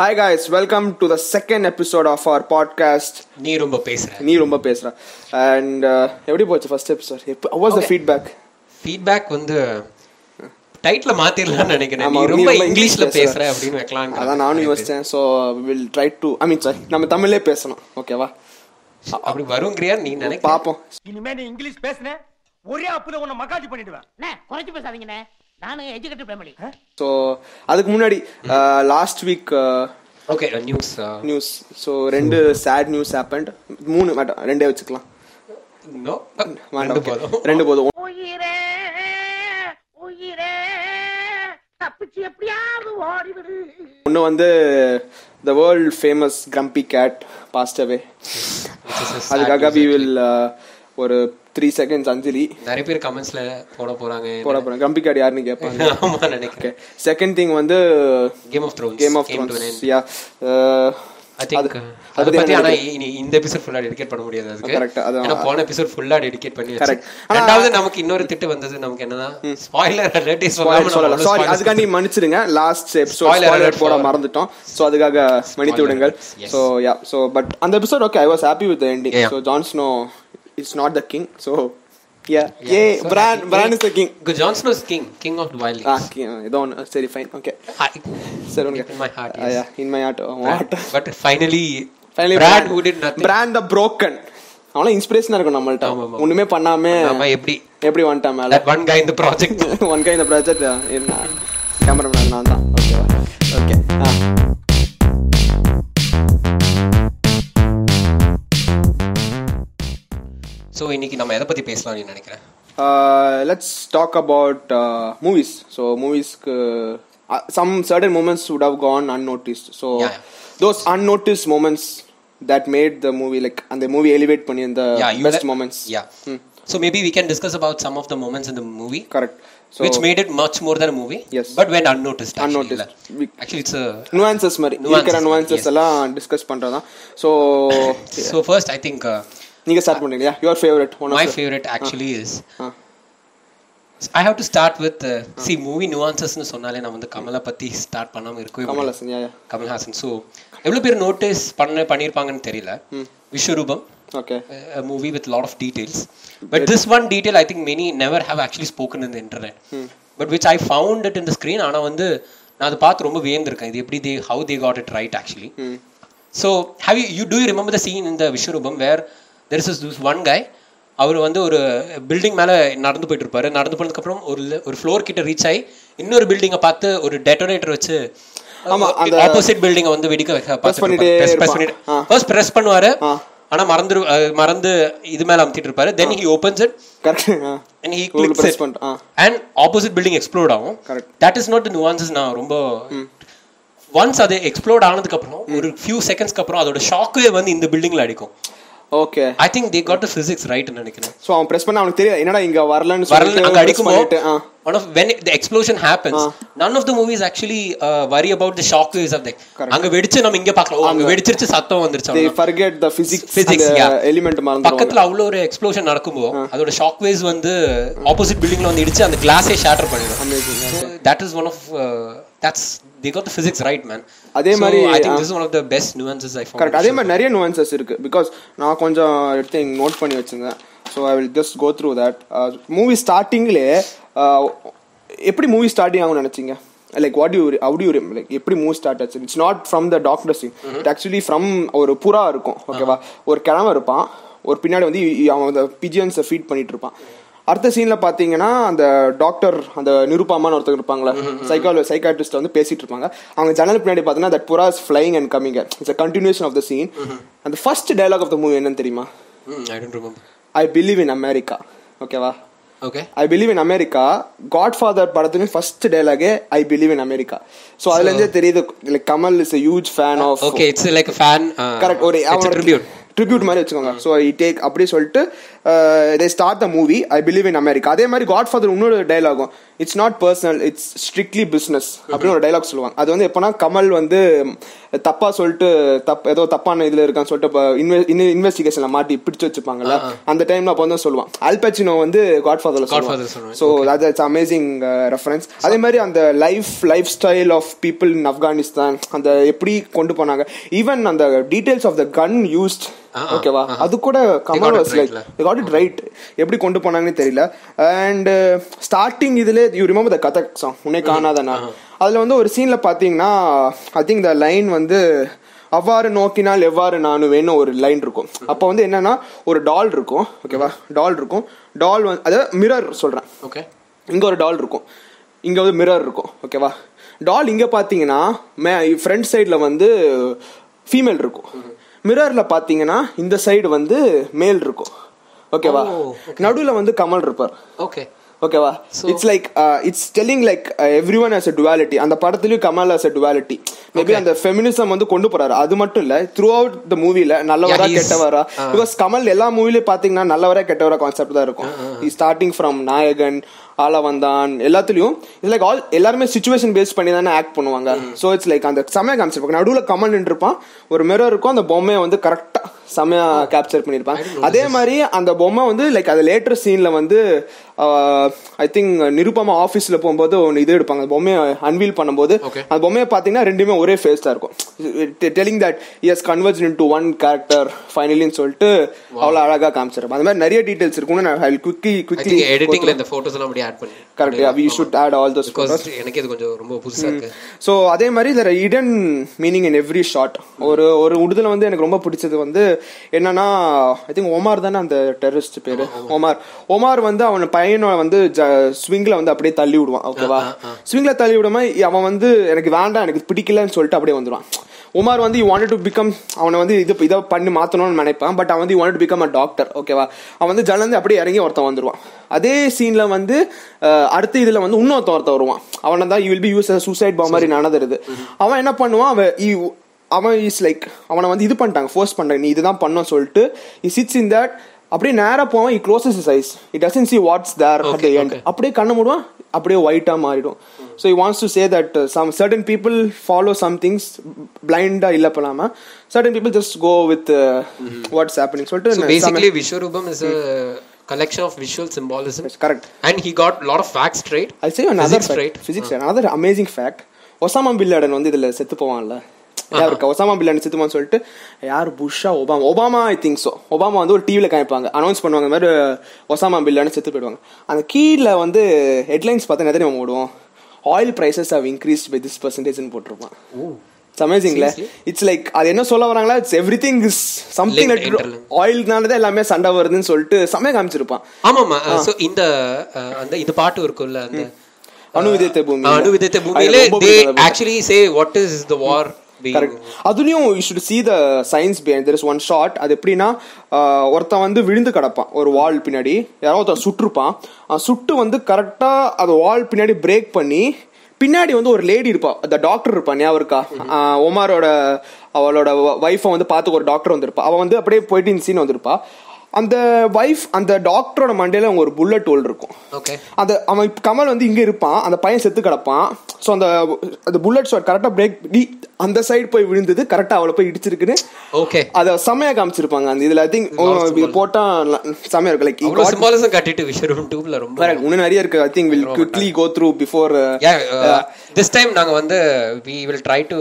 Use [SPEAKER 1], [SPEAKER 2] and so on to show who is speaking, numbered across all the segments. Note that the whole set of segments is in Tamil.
[SPEAKER 1] Hi guys welcome to the second episode of our podcast
[SPEAKER 2] நீ ரொம்ப பேசுற
[SPEAKER 1] நீ ரொம்ப பேசுற அண்ட் எப்படி போச்சு first episode was the feedback
[SPEAKER 2] feedback வந்து டைட்டில் மாத்திரலாம்னு நினைக்கிறேன்
[SPEAKER 1] ஆமா,
[SPEAKER 2] நீ
[SPEAKER 1] நீ
[SPEAKER 2] ரொம்ப
[SPEAKER 1] ரொம்ப
[SPEAKER 2] இங்கிலீஷ்ல
[SPEAKER 1] இங்கிலீஷ்
[SPEAKER 2] பேசுற
[SPEAKER 1] பேசுற.
[SPEAKER 2] அப்படின்னு வைக்கலாம்
[SPEAKER 1] அதான் நானும் யோசிச்சேன் so will try to I mean sorry நம்ம தமிழ்லே பேசணும் ஓகேவா
[SPEAKER 2] அப்படி வருங்கிறியா நீ நினைக்க
[SPEAKER 1] பார்ப்போம்
[SPEAKER 3] இனிமே நீ இங்கிலீஷ் பேசுன ஒரே அப்புல உன்னை மகாஜி பண்ணிடுவேன்
[SPEAKER 4] அண்ணே குறைச்சு பேசாதீங்கண்ணே நானும் எஜுகேட்டட் ஃபேமிலி
[SPEAKER 1] ஸோ அதுக்கு முன்னாடி uh, last week
[SPEAKER 2] okay news
[SPEAKER 1] news so uh, ரெண்டு சேட் நியூஸ் ஹேப்பண்ட் மூணு வேண்டாம் ரெண்டே வச்சுக்கலாம்
[SPEAKER 2] நோ
[SPEAKER 1] வேண்டாம்
[SPEAKER 2] ரெண்டு
[SPEAKER 1] okay.
[SPEAKER 2] போதும்
[SPEAKER 1] ரெண்டு போதும்
[SPEAKER 4] உயிரே உயிரே தப்பிச்சு எப்படியாவது ஓடிவிடு
[SPEAKER 1] ஒன்று வந்து the world famous grumpy cat passed away அதுக்காக வி வில் ஒரு த்ரீ செகண்ட்ஸ் அஞ்சலி
[SPEAKER 2] நிறைய பேர் கமெண்ட்ஸ்ல போட போறாங்க
[SPEAKER 1] போட போகிறேன் கிரம்பி கேட் யாருன்னு கேட்பாங்க
[SPEAKER 2] ஆமா நினைக்கிறேன்
[SPEAKER 1] செகண்ட் திங் வந்து
[SPEAKER 2] Game of Thrones
[SPEAKER 1] Game of Thrones yeah
[SPEAKER 2] I think
[SPEAKER 1] Uh, அது பத்தி
[SPEAKER 2] அது uh, பத்தி ஆனா
[SPEAKER 1] எனக்கு-
[SPEAKER 2] இனி இந்த எபிசோட் ஃபுல்லா டெடிகேட் பண்ண முடியாது அதுக்கு
[SPEAKER 1] Correct, அது-
[SPEAKER 2] ஏன்னா போன எபிசோட் ஃபுல்லா டெடிகேட் பண்ணி
[SPEAKER 1] Correct.
[SPEAKER 2] கரெக்ட் ரெண்டாவது நமக்கு இன்னொரு திட்டு வந்தது நமக்கு என்னன்னா ஸ்பாயிலர் அலர்ட் சொல்லாம
[SPEAKER 1] சொல்லலாம் சாரி அதுக்காண்டி மன்னிச்சிடுங்க last episode
[SPEAKER 2] Spoiler alert
[SPEAKER 1] spoiler போட
[SPEAKER 2] for-
[SPEAKER 1] மறந்துட்டோம் ஸோ அதுக்காக மன்னித்து விடுங்கள்
[SPEAKER 2] alert, yes.
[SPEAKER 1] So yeah so but அந்த episode okay I was happy with ending
[SPEAKER 2] Yeah.
[SPEAKER 1] So John Snow it's not the king so yeah a Bran Bran is the king
[SPEAKER 2] Johnson is king king of the wild
[SPEAKER 1] ah king Ah, ஏதோ ஒன்று சரி ஃபைன் ஓகே
[SPEAKER 2] Ah,
[SPEAKER 1] சரி
[SPEAKER 2] In my heart, yes.
[SPEAKER 1] உனக்கு in my heart what
[SPEAKER 2] but finally
[SPEAKER 1] finally
[SPEAKER 2] Bran who did nothing
[SPEAKER 1] Bran the broken அவனா இன்ஸ்பிரேஷனா இருக்கும் நம்மள்ட்ட
[SPEAKER 2] ஆமா, ஆமா.
[SPEAKER 1] ஒண்ணுமே பண்ணாம
[SPEAKER 2] நம்ம எப்படி
[SPEAKER 1] எப்படி வந்துட்டான் மேல
[SPEAKER 2] தட் ஒன் கை இந்த ப்ராஜெக்ட்
[SPEAKER 1] ஒன் கை இந்த ப்ராஜெக்ட் கேமராமேன் uh, நான் தான் ஓகேவா ஓகே
[SPEAKER 2] சோ இன்னைக்கு நம்ம எதை பத்தி பேசலாம் நீ நினைக்கிறேன்
[SPEAKER 1] Uh, let's talk about movies so மூவிஸ்க்கு some certain moments would have gone unnoticed so
[SPEAKER 2] Yeah, yeah.
[SPEAKER 1] Those unnoticed moments that made the movie like அந்த மூவி எலிவேட் பண்ணி அந்த
[SPEAKER 2] yeah you
[SPEAKER 1] best moments
[SPEAKER 2] yeah so maybe we can discuss about some of the moments in the movie
[SPEAKER 1] correct so
[SPEAKER 2] which made it much more than a movie
[SPEAKER 1] Yes.
[SPEAKER 2] but went unnoticed actually,
[SPEAKER 1] Unnoticed.
[SPEAKER 2] இல்ல.
[SPEAKER 1] We-
[SPEAKER 2] actually it's a
[SPEAKER 1] nuances மாதிரி
[SPEAKER 2] Nuances
[SPEAKER 1] இருக்கிற
[SPEAKER 2] மாதிரி,
[SPEAKER 1] நுவான்சஸ்
[SPEAKER 2] yes.
[SPEAKER 1] எல்லாம் டிஸ்கஸ் பண்றதா so
[SPEAKER 2] so first i think uh,
[SPEAKER 1] நீங்க ஸ்டார்ட் பண்றீங்களா your favourite one
[SPEAKER 2] my
[SPEAKER 1] of
[SPEAKER 2] favorite actually is
[SPEAKER 1] ah.
[SPEAKER 2] i have to start with uh, see movie nuances னு சொன்னாலே நான் வந்து கமலா பத்தி start பண்ணாம இருக்கவே முடியாது.
[SPEAKER 1] கமலஹாசன் யா
[SPEAKER 2] கமல்ஹாசன் so எவ்வளவு பேர் notice பண்ண பண்ணிருப்பாங்கன்னு தெரியல Vishwaroopam
[SPEAKER 1] okay
[SPEAKER 2] a movie with a lot of details. But this one detail, I think many never have actually spoken in the internet. But which I found it in the screen. ஆனால் வந்து நான் அதை பார்த்து ரொம்ப வியந்திருக்கேன் இது எப்படி they how they got it right actually. So have you you do you remember the scene in the Vishwarubam where there is this, this one guy அவர் வந்து ஒரு பில்டிங் மேலே நடந்து போயிட்டு இருப்பாரு நடந்து போனதுக்கப்புறம் ஒரு le- ஒரு ஃப்ளோர் கிட்ட ரீச் ஆகி இன்னொரு பில்டிங்கை பார்த்து ஒரு டெட்டோனேட்டர் வச்சு
[SPEAKER 1] ஆமா, அந்த-
[SPEAKER 2] ஆப்போசிட் பில்டிங்கை வந்து வெடிக்க வைக்க பார்த்துட்டு
[SPEAKER 1] பண்ணிட்டே
[SPEAKER 2] இருப்பாரு. Press- press
[SPEAKER 1] இருப்பான்.
[SPEAKER 2] பண்ணிட்டு-
[SPEAKER 1] ஆ.
[SPEAKER 2] ஃபர்ஸ்ட் பிரஸ் பண்ணுவாரு
[SPEAKER 1] ஆ.
[SPEAKER 2] ஆனா மறந்து மறந்து இது மேல அமுத்திட்டு இருப்பாரு then he opens it
[SPEAKER 1] correct ah
[SPEAKER 2] and he
[SPEAKER 1] Google
[SPEAKER 2] clicks
[SPEAKER 1] press
[SPEAKER 2] it
[SPEAKER 1] பண்ணிட்டு, ஆ.
[SPEAKER 2] அண்ட் ஆப்போசிட் பில்டிங் எக்ஸ்ப்ளோட் ஆகும்
[SPEAKER 1] Correct.
[SPEAKER 2] That is not the nuances நான் ரொம்ப ஒன்ஸ் அது எக்ஸ்ப்ளோட் ஆனதுக்கு அப்புறம் ஒரு ஃபியூ செகண்ட்ஸ்க்கு அப்புறம் அதோட ஷாக்கே வந்து இந்த பில்டிங்ல அடிக்கும்
[SPEAKER 1] okay
[SPEAKER 2] I think they got the physics right நினைக்கிறேன்
[SPEAKER 1] ஸோ அவன் ப்ரெஸ் பண்ண அவனுக்கு தெரியும் என்னடா இங்க வரலன்னு
[SPEAKER 2] வரல
[SPEAKER 1] சொல்லிட்டு
[SPEAKER 2] அங்க
[SPEAKER 1] press
[SPEAKER 2] அடிக்கும்
[SPEAKER 1] பண்ணிட்டு, ஆ
[SPEAKER 2] one of when the explosion happens none of the movies actually worry about the shock waves of the
[SPEAKER 1] Correct.
[SPEAKER 2] அங்க வெடிச்சு நம்ம இங்க பார்க்கலாம் ஓ, அங்க வெடிச்சிருச்சு சத்தம் வந்துருச்சு
[SPEAKER 1] தே
[SPEAKER 2] அவ்வளவுதான்.
[SPEAKER 1] ஃபர்கெட் த ஃபிசிக்ஸ்
[SPEAKER 2] Physics,
[SPEAKER 1] அந்த
[SPEAKER 2] yeah.
[SPEAKER 1] எலிமெண்ட் மறந்துடுவாங்க
[SPEAKER 2] பக்கத்துல அவ்வளோ ஒரு எக்ஸ்ப்ளோஷன் நடக்கும்போ அதோட ஷாக் வேவ்ஸ் வந்து ஆப்போசிட் பில்டிங்ல வந்து இடிச்சு அந்த கிளாஸே ஷேட்டர் பண்ணிடும் that is one of that's the got the physics right man
[SPEAKER 1] அதே மாதிரி,
[SPEAKER 2] I think
[SPEAKER 1] ah.
[SPEAKER 2] This is one of the best nuances I
[SPEAKER 1] correct
[SPEAKER 2] found
[SPEAKER 1] அதே மாதிரி நிறைய நுவான்சஸ் இருக்கு பிகாஸ் நான் கொஞ்சம் எடுத்து நோட் பண்ணி வச்சிருந்தேன் so I will just go through that movie ஸ்டார்டிங்லே uh, எப்படி மூவி ஸ்டார்டிங் ஆகும்னு நினைச்சீங்க like what you out you like எப்படி மூவி ஸ்டார்ட் ஆச்சு it's not from the doctor scene it actually from ஒரு புறா இருக்கும் ஓகேவா ஒரு கிழமை இருப்பான் ஒரு பின்னாடி வந்து இ- இ- அவன் அந்த பிஜியன்ஸை ஃபீட் பண்ணிட்டு இருப்பான் அடுத்த சீன்ல பாத்தீங்கன்னா அந்த டாக்டர் அந்த நிருபாமான்னு ஒருத்தர் இருப்பாங்களே சைக்காலஜி சைக்காட்ரிஸ்ட் வந்து பேசிட்டு இருப்பாங்க அவங்க ஜன்னல் பின்னாடி பார்த்தீங்கன்னா தட் புராஸ் flying and coming it's a continuation of the scene அந்த first dialogue of the movie என்னன்னு தெரியுமா
[SPEAKER 2] I don't remember
[SPEAKER 1] I believe in America ஓகேவா
[SPEAKER 2] okay
[SPEAKER 1] I believe in America Godfather படத்துக்கு ஃபர்ஸ்ட் டயலாகே I believe in America so அதுல இருந்தே தெரியுது like, Kamal is a huge fan of
[SPEAKER 2] okay it's like fan
[SPEAKER 1] correct ஒரு
[SPEAKER 2] ட்ரிபியூட்
[SPEAKER 1] ட்ரிபியூட் மாதிரி வச்சுக்கோங்க ஸோ இ டேக் அப்படி சொல்லிட்டு uh, they start the movie I believe in America அதே மாதிரி காட் ஃபாதர் இன்னொரு டைலாகும் it's not personal it's strictly business அப்படின்னு ஒரு டைலாக் சொல்லுவாங்க அது வந்து எப்போனா கமல் வந்து தப்பா சொல்லிட்டு தப் ஏதோ தப்பான இதில் இருக்கான்னு சொல்லிட்டு இப்போ இன்வெ இன்வெஸ்டிகேஷனில் மாட்டி பிடிச்சு வச்சுப்பாங்கல்ல அந்த டைமில் அப்போ வந்து சொல்லுவான் அல்பச்சினோ வந்து காட்
[SPEAKER 2] Godfather
[SPEAKER 1] ஃபாதரில்
[SPEAKER 2] சொல்லுவான்.
[SPEAKER 1] ஸோ அது இட்ஸ் அமேசிங் ரெஃபரன்ஸ் uh, அதே மாதிரி அந்த life life style of people in Afghanistan அந்த எப்படி கொண்டு போனாங்க ஈவன் அந்த details of the gun used
[SPEAKER 2] ஆ, ஆ,
[SPEAKER 1] ஓகேவா
[SPEAKER 2] ஆ.
[SPEAKER 1] அது கூட
[SPEAKER 2] got
[SPEAKER 1] Kamal
[SPEAKER 2] it
[SPEAKER 1] was
[SPEAKER 2] right
[SPEAKER 1] like
[SPEAKER 2] ல.
[SPEAKER 1] காட் இட் ரைட் எப்படி கொண்டு போனாங்கன்னு தெரியல uh, அண்ட் ஸ்டார்டிங் இதுல you remember the Kathak song உன்னே காணாதனா அதுல வந்து ஒரு சீன்ல பாத்தீங்கன்னா ஐ திங்க் த லைன் வந்து அவ்வாறு நோக்கினால் எவ்வாறு நானுவேன்னு ஒரு லைன் இருக்கும் அப்போ வந்து என்னன்னா ஒரு டால் இருக்கும் ஓகேவா டால் இருக்கும் டால் வந்து அதாவது மிரர் சொல்றேன்
[SPEAKER 2] ஓகே
[SPEAKER 1] இங்கே ஒரு டால் இருக்கும் இங்கே வந்து மிரர் இருக்கும் ஓகேவா டால் இங்கே பார்த்தீங்கன்னா மே ஃப்ரண்ட் சைடில் வந்து ஃபீமேல் இருக்கும் மிரரில் பார்த்தீங்கன்னா இந்த சைடு வந்து மேல் இருக்கும் ஓகேவா
[SPEAKER 2] Oh,
[SPEAKER 1] நடுவில் வந்து கமல் இருப்பார்
[SPEAKER 2] ஓகே
[SPEAKER 1] ஓகேவா
[SPEAKER 2] So-
[SPEAKER 1] it's like it's telling like every one has a duality அந்த படத்துலயும் Kamal has a duality maybe அந்த ஃபெமினிசம் வந்து கொண்டு போறாரு அது மட்டும் இல்ல த்ரூ அவுட் த மூவில நல்லவரா
[SPEAKER 2] Yeah, he's-
[SPEAKER 1] கெட்டவரா
[SPEAKER 2] Ah.
[SPEAKER 1] பிகாஸ் கமல் எல்லா மூவிலயும் பாத்தீங்கன்னா நல்லவரா கெட்டவரா கான்செப்ட் தான் இருக்கும் ஸ்டார்டிங் ஃப்ரம் நாயகன் ஆலவந்தான் எல்லாத்துலயும் இட்ஸ் லைக் ஆல் எல்லாருமே சுச்சுவேஷன் பேஸ் பண்ணி தானே ஆக்ட் பண்ணுவாங்க சோ இட்ஸ் லைக் அந்த செமையா காமிச்சிருப்பாங்க நடுவுல கமல் நின்றுப்பான் ஒரு மிரர் இருக்கும் அந்த பொம்மையை வந்து கரெக்டா செமையா கேப்சர் பண்ணிருப்பான் அதே மாதிரி அந்த பொம்மை வந்து லைக் அது லேட்டர் சீன்ல வந்து ஐ திங்க் நிருபமா ஆஃபீஸ்ல போகும்போது ஒன்று இது எடுப்பாங்க அந்த பொம்மையை அன்வீல் பண்ணும்போது
[SPEAKER 2] Okay.
[SPEAKER 1] அந்த பொம்மையை பார்த்தீங்கன்னா ரெண்டுமே ஒரே ஃபேஸ் தான் இருக்கும் telling that S converge into one character ஃபைனலின்னு சொல்லிட்டு அவ்வளோ அழகா காமிச்சிருப்பாங்க அந்த மாதிரி நிறைய டீடைல்ஸ் இருக்கும்னு நான் குக்கி
[SPEAKER 2] ஐ
[SPEAKER 1] குக்கி
[SPEAKER 2] திங்க் எடிட்டிங்ல இந்த போட்டோஸ் எல்லாம் அப்படியே ஆட் பண்ணி
[SPEAKER 1] correct we should add all those
[SPEAKER 2] because எனக்கு இது கொஞ்சம் ரொம்ப புதுசா இருக்கு
[SPEAKER 1] ஸோ அதே மாதிரி இதில் hidden meaning in every shot ஒரு ஒரு உடுதில் வந்து எனக்கு ரொம்ப பிடிச்சது வந்து என்னன்னா ஐ திங்க் ஒமார் தானே அந்த டெரரிஸ்ட் பேர் ஒமார் ஒமார் வந்து அவன் பையனை வந்து ஸ்விங்கில் வந்து அப்படியே தள்ளி விடுவான் ஓகேவா ஸ்விங்கில் தள்ளி விடாம அவன் வந்து எனக்கு வேண்டாம் எனக்கு பிடிக்கலன்னு சொல்லிட்டு அப்படியே வந்துடுவான் உமார் வந்து யூ வாண்ட் டு பிகம் அவனை வந்து இது இதை பண்ணி மாற்றணும்னு நினைப்பான் பட் அவன் வந்து you want to become a doctor ஓகேவா அவன் வந்து ஜலந்து அப்படியே இறங்கி ஒருத்தன் வந்துடுவான் அதே சீனில் வந்து அஹ், அடுத்த இதில் வந்து இன்னொருத்தன் ஒருத்தன் வருவான் அவனை தான் you will be use suicide பா மாதிரி நடந்துருது அவன் என்ன பண்ணுவான் அவன் இ- அவன் இஸ் லைக் அவனை வந்து இது பண்ணிட்டாங்க ஃபோர்ஸ் பண்ணிட்டாங்க நீ இதுதான் பண்ணணும் சொல்லிட்டு இ சிட்ஸ் இன் தட் அப்படியே நேராக போவான் he closes his eyes it doesn't see what's there at the
[SPEAKER 2] Okay,
[SPEAKER 1] end
[SPEAKER 2] okay.
[SPEAKER 1] அப்படியே கண்ணை மூடுவான் அப்படியே ஒயிட்டாக மாறிடும் so you wants to say that some certain people follow some things பிளைண்டாக இல்லை பண்ணாமல் certain people just go with what's happening uh, சொல்லிட்டு
[SPEAKER 2] So
[SPEAKER 1] நான்
[SPEAKER 2] basically, Vishwarubam is a collection of visual symbolism.
[SPEAKER 1] Yes, correct.
[SPEAKER 2] And he got a lot of facts straight.
[SPEAKER 1] I say another
[SPEAKER 2] physics Ah.
[SPEAKER 1] fact
[SPEAKER 2] straight.
[SPEAKER 1] Physics another amazing fact Osama bin Laden வந்து இதில் செத்து போவான்ல யார் இருக்கா ஒசாமா பில்லாடன் செத்து போவான்னு சொல்லிட்டு யார் புஷ்ஷா Obama Obama I think so Obama வந்து ஒரு டிவியில் காமிப்பாங்க அனௌன்ஸ் பண்ணுவாங்க இந்த மாதிரி uh, ஒசாமா பில்லாடன் செத்து போயிடுவாங்க அந்த கீழே வந்து ஹெட்லைன்ஸ் பார்த்தா எத்தனை நம்ம ஓடுவோம் oil prices have increase by this பர்சன்டேஜ்னு போட்டிருப்பான்
[SPEAKER 2] Oh.
[SPEAKER 1] இட்ஸ் அமேசிங்ல இட்ஸ் லைக் அது என்ன சொல்ல வராங்களா it's everything is something
[SPEAKER 2] Linked, interlinked.
[SPEAKER 1] ஆயில்னால தான் எல்லாமே சண்டை வருதுன்னு சொல்லிட்டு செமையா காமிச்சிருப்பான்
[SPEAKER 2] ஆமாமா ஸோ இந்த அஹ், அந்த இந்த பாட்டு இருக்கும்ல அந்த
[SPEAKER 1] அணு விதைத்த பூமி.
[SPEAKER 2] அஹ், அணு விதைத்த
[SPEAKER 1] அது
[SPEAKER 2] பூமியில
[SPEAKER 1] ரொம்ப
[SPEAKER 2] தே
[SPEAKER 1] பிடிக்கும் அது.
[SPEAKER 2] Actually say what is the war
[SPEAKER 1] correct அதுலயும் you should see the science behind there is one shot அது எப்படின்னா ஆஹ், ஒருத்தன் வந்து விழுந்து கிடப்பான் ஒரு வால் பின்னாடி யாரோ ஒருத்தன் சுட்டிருப்பான் அவன் சுட்டு வந்து கரெக்டா அது வால் பின்னாடி பிரேக் பண்ணி பின்னாடி வந்து ஒரு லேடி இருப்பா அந்த டாக்டர் இருப்பா ஞாபகம் இருக்கா ஆஹ், ஒமாரோட அவளோட ஒய்ஃபை வந்து பார்த்து ஒரு டாக்டர் வந்திருப்பா அவ வந்து அப்படியே போயிட்டு இந்த சீன் வந்திருப்பா அந்த ஒய்ஃப் அந்த டாக்டரோட மண்டையில அவங்க ஒரு புல்லட் ஹோல் இருக்கும்
[SPEAKER 2] ஓகே
[SPEAKER 1] அந்த அவன் இப்ப கமல் வந்து இங்கே இருப்பான் அந்த பையன் செத்து கிடப்பான் ஸோ அந்த அந்த புல்லட் ஷாட் கரெக்டாக பிரேக் பண்ணி அந்த சைடு போய் விழுந்தது கரெக்டாக அவளை போய் இடிச்சிருக்குன்னு
[SPEAKER 2] ஓகே
[SPEAKER 1] அதை செமையாக காமிச்சிருப்பாங்க அந்த இதில் ஐ திங்க் இது போட்டால் செமையாக இருக்கும் லைக்
[SPEAKER 2] அவ்வளோ சிம்பாலிசம் கட்டிட்டு விஷ்வரூபம் டூப்ல ரொம்ப
[SPEAKER 1] இன்னும் நிறைய இருக்கு I think will quickly go through before
[SPEAKER 2] this time uh, நாங்க வந்து we will try to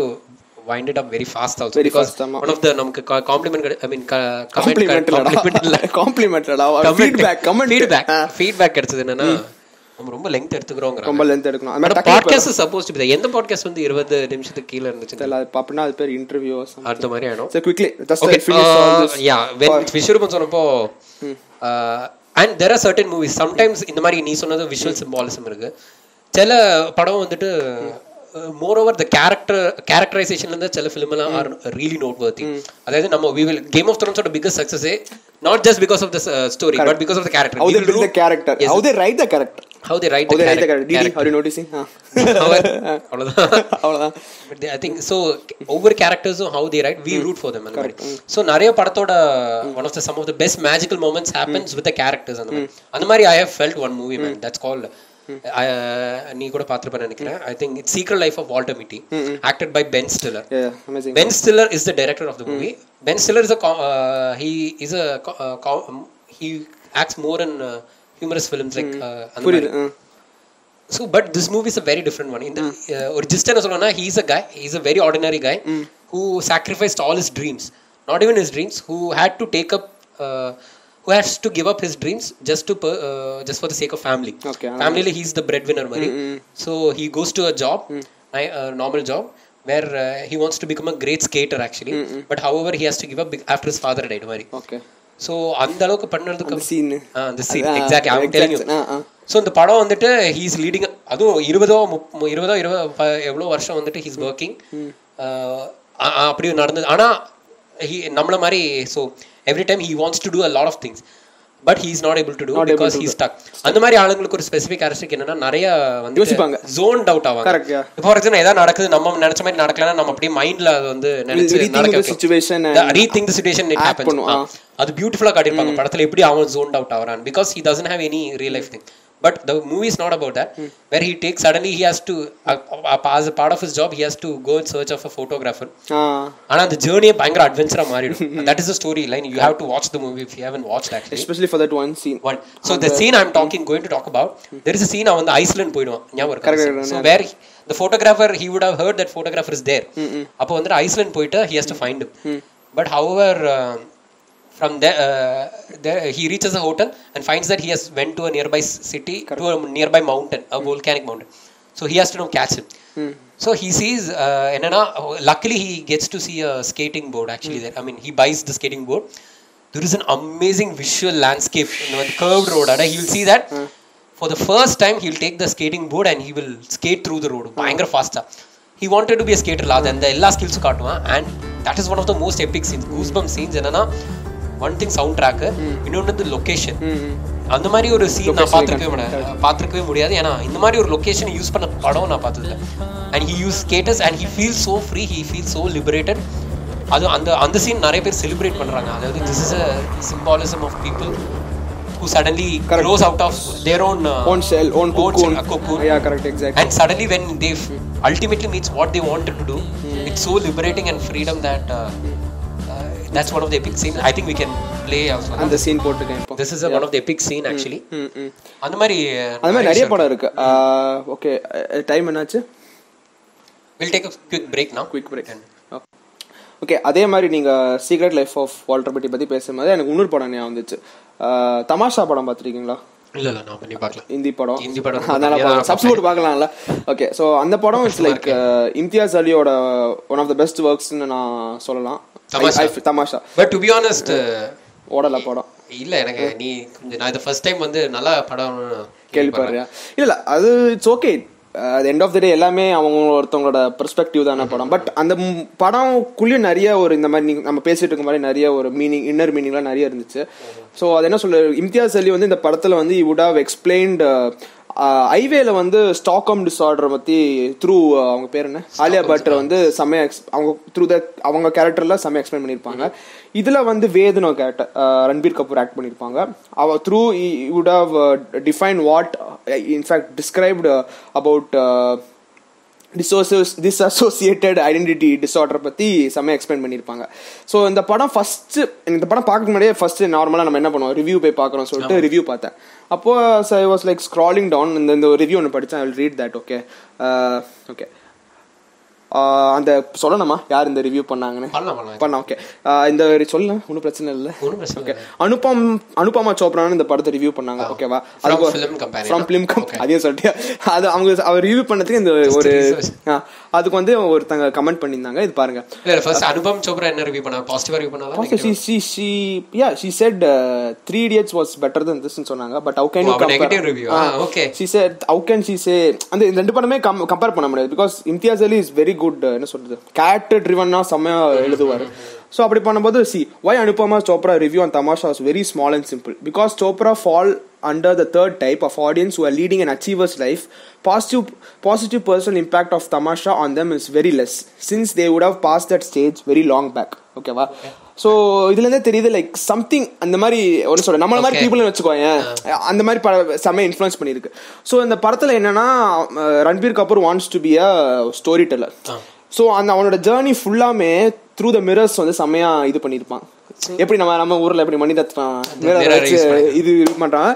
[SPEAKER 2] wind it up very fast also
[SPEAKER 1] Very
[SPEAKER 2] because
[SPEAKER 1] fast, ஆமா.
[SPEAKER 2] one of the நமக்கு compliment I mean comment compliment
[SPEAKER 1] compliment
[SPEAKER 2] இல்ல
[SPEAKER 1] காம்ப்ளிமெண்ட்லடா ஃபீட்பேக் கமெண்ட்
[SPEAKER 2] ஃபீட்பேக் ஃபீட்பேக் கிடைச்சது என்னன்னா நம்ம ரொம்ப லெங்க் எடுத்துக்கிறோங்கிறாங்க
[SPEAKER 1] ரொம்ப லென்த் எடுக்கணும் அது மாதிரி
[SPEAKER 2] பட்
[SPEAKER 1] டக்குனு
[SPEAKER 2] பாட்காஸ்ட் சப்போஸ் டு எந்த பாட்காஸ்ட் வந்து 20 நிமிஷத்துக்கு கீழ
[SPEAKER 1] இப்ப
[SPEAKER 2] இருந்துச்சு
[SPEAKER 1] இல்ல, அது அப்படின்னா அது பேர் இன்டர்வியூ
[SPEAKER 2] அடுத்த மாதிரி ஆயிடும் uh,
[SPEAKER 1] சரி quickly
[SPEAKER 2] okay
[SPEAKER 1] just finish
[SPEAKER 2] yeah when Vishwaroopam சொன்னப்போ Hmm. uh, and there are certain movies sometimes இந்த மாதிரி நீ சொன்னது விஷுவல் சிம்பாலிசம் இருக்கு சில படம் வந்துட்டு uh, more over the character கேரக்டரைசேஷன்ல இருந்து சில ஃபிலிம் எல்லாம் ஆர் ரியலி நோட் வர்த்தி அதாவது நம்ம வி வில் கேம் ஆஃப் த்ரோன்ஸோட பிகஸ்ட் uh, சக்சஸே not just because of the story but because of the
[SPEAKER 1] how they build the
[SPEAKER 2] character
[SPEAKER 1] character how they write the character
[SPEAKER 2] how they write the
[SPEAKER 1] உதய
[SPEAKER 2] character.
[SPEAKER 1] ரைட்டர் டிடி
[SPEAKER 2] character.
[SPEAKER 1] ஆர் யூ நோட்டீசிங்
[SPEAKER 2] அவர் அவ்வளவுதான்
[SPEAKER 1] அவ்வளோதான்
[SPEAKER 2] பட் ஐ திங்க் ஸோ ஒவ்வொரு கேரக்டர்ஸும் how the write we root for them அந்த மாதிரி ஸோ நிறைய படத்தோட one of the some of the best magical moments happens with the characters அந்த மாதிரி அந்த மாதிரி I have felt one movie man that's call நீ கூட பார்த்துருப்பேன் நினைக்கிறேன் I think it's secret life of Walter Mitty acted by Ben Stiller
[SPEAKER 1] amazing
[SPEAKER 2] Ben Stiller is the director of the movie. Ben Stiller is a co- uh, he is a co- uh, co- um, he acts more in uh, humorous films like uh, அந்த
[SPEAKER 1] புரியுது
[SPEAKER 2] மாதிரி. so but this movie is a very different one. இந்த uh, ஒரு ஜிஸ்ட் என்ன சொல்லணும்னா he is a guy he is a very ordinary guy who sacrificed all his dreams not even his dreams who had to take up uh, who has to give up his dreams just to per- uh, just for the sake of family.
[SPEAKER 1] Okay, I
[SPEAKER 2] Family ஃபேமிலியில் ஹீஸ் த பிரெட் வினர் மாதிரி so he goes to a job normal job where he wants to become a great skater actually but however he has to give up after his father died மாதிரி
[SPEAKER 1] ஓகே
[SPEAKER 2] ஸோ அந்த அளவுக்கு பண்ணதுக்கு
[SPEAKER 1] அந்த scene.
[SPEAKER 2] ஆ, அந்த சீன்
[SPEAKER 1] அதான்,
[SPEAKER 2] எக்ஸாக்ட் அவங்க
[SPEAKER 1] exact scene. ஆ, ஆ.
[SPEAKER 2] தெரியும் ஸோ இந்த படம் வந்துட்டு ஹீஸ் லீடிங் அதுவும் இருபதோ முப்~ இருபதோ இருபது எவ்வளோ வருஷம் வந்துட்டு ஹீஸ் ஒர்க்கிங் அப்படி நடந்தது ஆனால் ஹீ நம்மள மாதிரி so every time he wants to do a lot of things but he is not able to do
[SPEAKER 1] Not able
[SPEAKER 2] because
[SPEAKER 1] to
[SPEAKER 2] he stuck அந்த மாதிரி ஆளுங்களுக்கு ஒரு ஸ்பெசிஃபிக் கேரக்டருக்கு என்னன்னா நிறைய வந்து
[SPEAKER 1] யோசிப்பாங்க.
[SPEAKER 2] ஜோன் டவுட்
[SPEAKER 1] Correct,
[SPEAKER 2] ஆவாங்க
[SPEAKER 1] yeah.
[SPEAKER 2] ஃபார் எக்ஸாம்பிள் ஏதாவது நடக்குது நம்ம நினைச்ச மாதிரி நடக்கலன்னா நம்ம அப்படியே மைண்ட்ல அது வந்து நினைச்சு
[SPEAKER 1] rethink
[SPEAKER 2] நடக்க
[SPEAKER 1] the
[SPEAKER 2] வைக்கும்.
[SPEAKER 1] situation and
[SPEAKER 2] The- rethink the situation Ah, it
[SPEAKER 1] act
[SPEAKER 2] happens.
[SPEAKER 1] பண்ணும்,
[SPEAKER 2] ஆ.
[SPEAKER 1] ஆ.
[SPEAKER 2] அது பியூட்டிஃபுல்லா காட்டியிருப்பாங்க படத்துல எப்படி அவன் ஜோன்ட் அவுட் ஆகிறான் because he doesn't have any real life thing but the movie is not about that where he take suddenly he has to as a part of his job he has to go in search of a photographer
[SPEAKER 1] ஆ
[SPEAKER 2] ஆனா அந்த ஜேர்னியே பயங்கர அட்வென்ச்சரா மாறிடும் that is story line you have to watch the movie if you haven't watch actually
[SPEAKER 1] especially for that one scene
[SPEAKER 2] one so the scene i'm talking going to talk about there is a scene on the iceland போயிடுவான் ஞாபகம்
[SPEAKER 1] Correct,
[SPEAKER 2] இருக்கா
[SPEAKER 1] correct,
[SPEAKER 2] so where he- the photographer he would have heard that photographer is there அப்போ வந்து ஐஸ்லாண்ட் போயிட்டு he has to find him but however uh, from there, uh, there he reaches a hotel and finds that he has went to a nearby s- city to a nearby mountain a volcanic mountain so he has to now catch him so he sees uh, என்னன்னா luckily he gets to see a skating board actually there i mean he buys the skating board there is an amazing visual landscape in the curved road and he will see that for the first time he will take the skating board and he will skate through the road பயங்கர ஃபாஸ்டா he wanted to be a skater lad அந்த எல்லா ஸ்கில்ஸும் காட்டுவான் and that is one of the most epic scenes goosebump scenes என்னன்னா ஒன் திங் சவுண்ட் ட்ராக்கு இன்னொன்று வந்து லொக்கேஷன்
[SPEAKER 1] Mm-hmm.
[SPEAKER 2] அந்த மாதிரி ஒரு சீன் நான் பார்த்துருக்கவே முடியாது பார்த்துருக்கவே முடியாது ஏன்னா இந்த மாதிரி ஒரு லொக்கேஷன் யூஸ் பண்ண படம் நான் பார்த்ததில்ல and he use skaters and he feel so free he feel so liberated அது அந்த அந்த சீன் நிறைய பேர் செலிப்ரேட் பண்றாங்க அதாவது this is a symbolism of people who suddenly
[SPEAKER 1] Correct.
[SPEAKER 2] grows out of their own uh,
[SPEAKER 1] own cell own
[SPEAKER 2] own
[SPEAKER 1] cocoon
[SPEAKER 2] uh, cocoon.
[SPEAKER 1] Yeah correct exact
[SPEAKER 2] and suddenly when they f- ultimately meets what they wanted to do it's so liberating and freedom that uh, uh, that's one of the epic scenes i think we can play also
[SPEAKER 1] அந்த சீன் போட்டுருக்கேன் இப்போ
[SPEAKER 2] this is a, one of the epic scene
[SPEAKER 1] Hmm,
[SPEAKER 2] actually
[SPEAKER 1] ம் ம்
[SPEAKER 2] அந்த மாதிரி uh,
[SPEAKER 1] அது மாதிரி நிறைய படம் இருக்கு
[SPEAKER 2] Mm.
[SPEAKER 1] Ah, ஓகே டைம் என்னாச்சு
[SPEAKER 2] we'll take a quick break now
[SPEAKER 1] quick break okay அதே மாதிரி நீங்கள் சீக்ரெட் லைஃப் ஆஃப் வால்டர் பற்றி பற்றி பேசும்போது எனக்கு இன்னொரு படம் ஞாபகம் வந்துச்சு ஆஹ், தமாஷா படம் பார்த்துருக்கீங்களா
[SPEAKER 2] இல்ல இல்ல நான் பண்ணி பார்க்கலாம்
[SPEAKER 1] ஹிந்தி படம்
[SPEAKER 2] ஹிந்தி படம்
[SPEAKER 1] அதனால
[SPEAKER 2] பார்க்கலாம். ஏன்னா
[SPEAKER 1] சப்ஸ்கிரைப் பார்க்கலாம்ல ஓகே ஸோ அந்த படம் uh, இட்ஸ் லைக் இம்தியாஸ் அலியோட ஒன் ஆஃப் த பெஸ்ட் ஒர்க்ஸ்னு நான் சொல்லலாம்
[SPEAKER 2] Tamasha.
[SPEAKER 1] I- I- Tamasha
[SPEAKER 2] but to be honest
[SPEAKER 1] ஓடல படம்
[SPEAKER 2] uh, இல்ல எனக்கு நீ கொஞ்சம் நான் இது ஃபர்ஸ்ட் டைம் வந்து நல்லா படம்
[SPEAKER 1] கேள்விப்படுறியா இல்ல இல்ல அது Uh, இட்ஸ் ஓகே அது எண்ட் ஆஃப் த டே எல்லாமே அவங்க ஒருத்தவங்களோட பெர்ஸ்பெக்டிவ் தான படம் பட் அந்த ம்- படம்குள்ளேயும் நிறைய ஒரு இந்த மாதிரி நீங்க- நம்ம பேசிட்டு இருக்க மாதிரி நிறைய ஒரு மீனிங் இன்னர் மீனிங்லாம் நிறைய இருந்துச்சு ஸோ அது என்ன சொல்ல இம்தியாஸ் அலி வந்து இந்த படத்தில் வந்து இ வுட் ஹவ் எக்ஸ்பிளைன்டு ஐவேல வந்து ஸ்டாக்ஹோம் டிசார்டர் பற்றி த்ரூ அவங்க பேர் என்ன ஆலியா பட்டர் வந்து செம்மையா ex- அவங்க த்ரூ த அவங்க கேரக்டர்ல செம்மையா எக்ஸ்பிளைன் பண்ணியிருப்பாங்க இதில் வந்து வேதனோ கேரக்டர் ரன்பீர் கபூர் ஆக்ட் பண்ணியிருப்பாங்க அவ through would have define what in fact described about dissociative டிஸ்அசோசியேட்டட் identity disorder பற்றி செம்மையாக எக்ஸ்பிளைன் பண்ணியிருப்பாங்க ஸோ இந்த படம் ஃபஸ்ட்டு இந்த படம் பார்க்க முன்னாடியே ஃபஸ்ட்டு நார்மலாக நம்ம என்ன பண்ணுவோம் ரிவ்யூ போய் பார்க்குறோம் சொல்லிட்டு ரிவ்யூ பார்த்தேன் அப்போது I was like scrolling down இந்த இந்த ரிவ்யூ ஒன்று படித்தேன் I will read that okay okay Uh, அந்த சொல்லணுமா யார் இந்த ரிவ்யூ பண்ணாங்கன்னு
[SPEAKER 2] பண்ணலாம், பண்ணலாம்.
[SPEAKER 1] பண்ணலாம் ஓகே இந்த சொல்ல ஒன்றும் பிரச்சனை இல்லை
[SPEAKER 2] ஒண்ணும் பிரச்சனை
[SPEAKER 1] ஓகே அனுபம் அனுபமா சோப்ரான்னு இந்த படத்தை ரிவ்யூ பண்ணாங்க ஓகேவா
[SPEAKER 2] film companion.
[SPEAKER 1] From film
[SPEAKER 2] Okay.
[SPEAKER 1] Company அதே சொல்லிட்டு அது அவங்க அவர் ரிவ்யூ பண்ணதுக்கு இந்த ஒரு
[SPEAKER 2] research.
[SPEAKER 1] ஆ, அதுக்கு வந்து ஒருத்தங்க கமெண்ட் பண்ணியிருந்தாங்க இது பாருங்க
[SPEAKER 2] இல்ல ஃபர்ஸ்ட் அனுபம் சோப்ரா என்ன ரிவ்யூ பண்ணா பாசிட்டிவா ரிவ்யூ
[SPEAKER 1] Also, she
[SPEAKER 2] பண்ணாலும்
[SPEAKER 1] she she yeah she said uh, three idiots was better than this னு சொன்னாங்க but how can
[SPEAKER 2] Oh,
[SPEAKER 1] you
[SPEAKER 2] அவ
[SPEAKER 1] compare
[SPEAKER 2] negative review. Ah, okay.
[SPEAKER 1] she said how can she say அந்த இந்த ரெண்டு படமே கம்பேர் பண்ண முடியாது because Imtiaz Ali is very good என்ன சொல்றது கேரக்டர் ட்ரிவன்னா செம்மையா எழுதுவார் ஸோ அப்படி பண்ணும்போது see why Anupama Chopra review and Tamasha was very small and simple because Chopra fall under the third type of audience who are leading and achievers life positive positive personal impact of Tamasha on them is very less since they would have pass that stage very long back ஓகேவா ஸோ இதுலேருந்தே தெரியுது லைக் சம்திங் அந்த மாதிரி ஒரு சொல்ற நம்மள மாதிரி
[SPEAKER 2] Okay.
[SPEAKER 1] பீப்புள் வச்சுக்கோங்க அந்த மாதிரி பட செம்ம இன்ஃப்ளூயன்ஸ் பண்ணியிருக்கு ஸோ இந்த படத்தில் என்னன்னா அஹ், Ranbir Kapoor wants to be a story teller so அந்த அவனோட ஜேர்னி ஃபுல்லாமே த்ரூ த மிரர்ஸ் வந்து செம்மையா இது பண்ணியிருப்பான் எப்படி நம்ம நம்ம ஊர்ல எப்படி மணி தத்துறான் mirror
[SPEAKER 2] mirror
[SPEAKER 1] வச்சு
[SPEAKER 2] use பண்ணி.
[SPEAKER 1] இது இது பண்றான்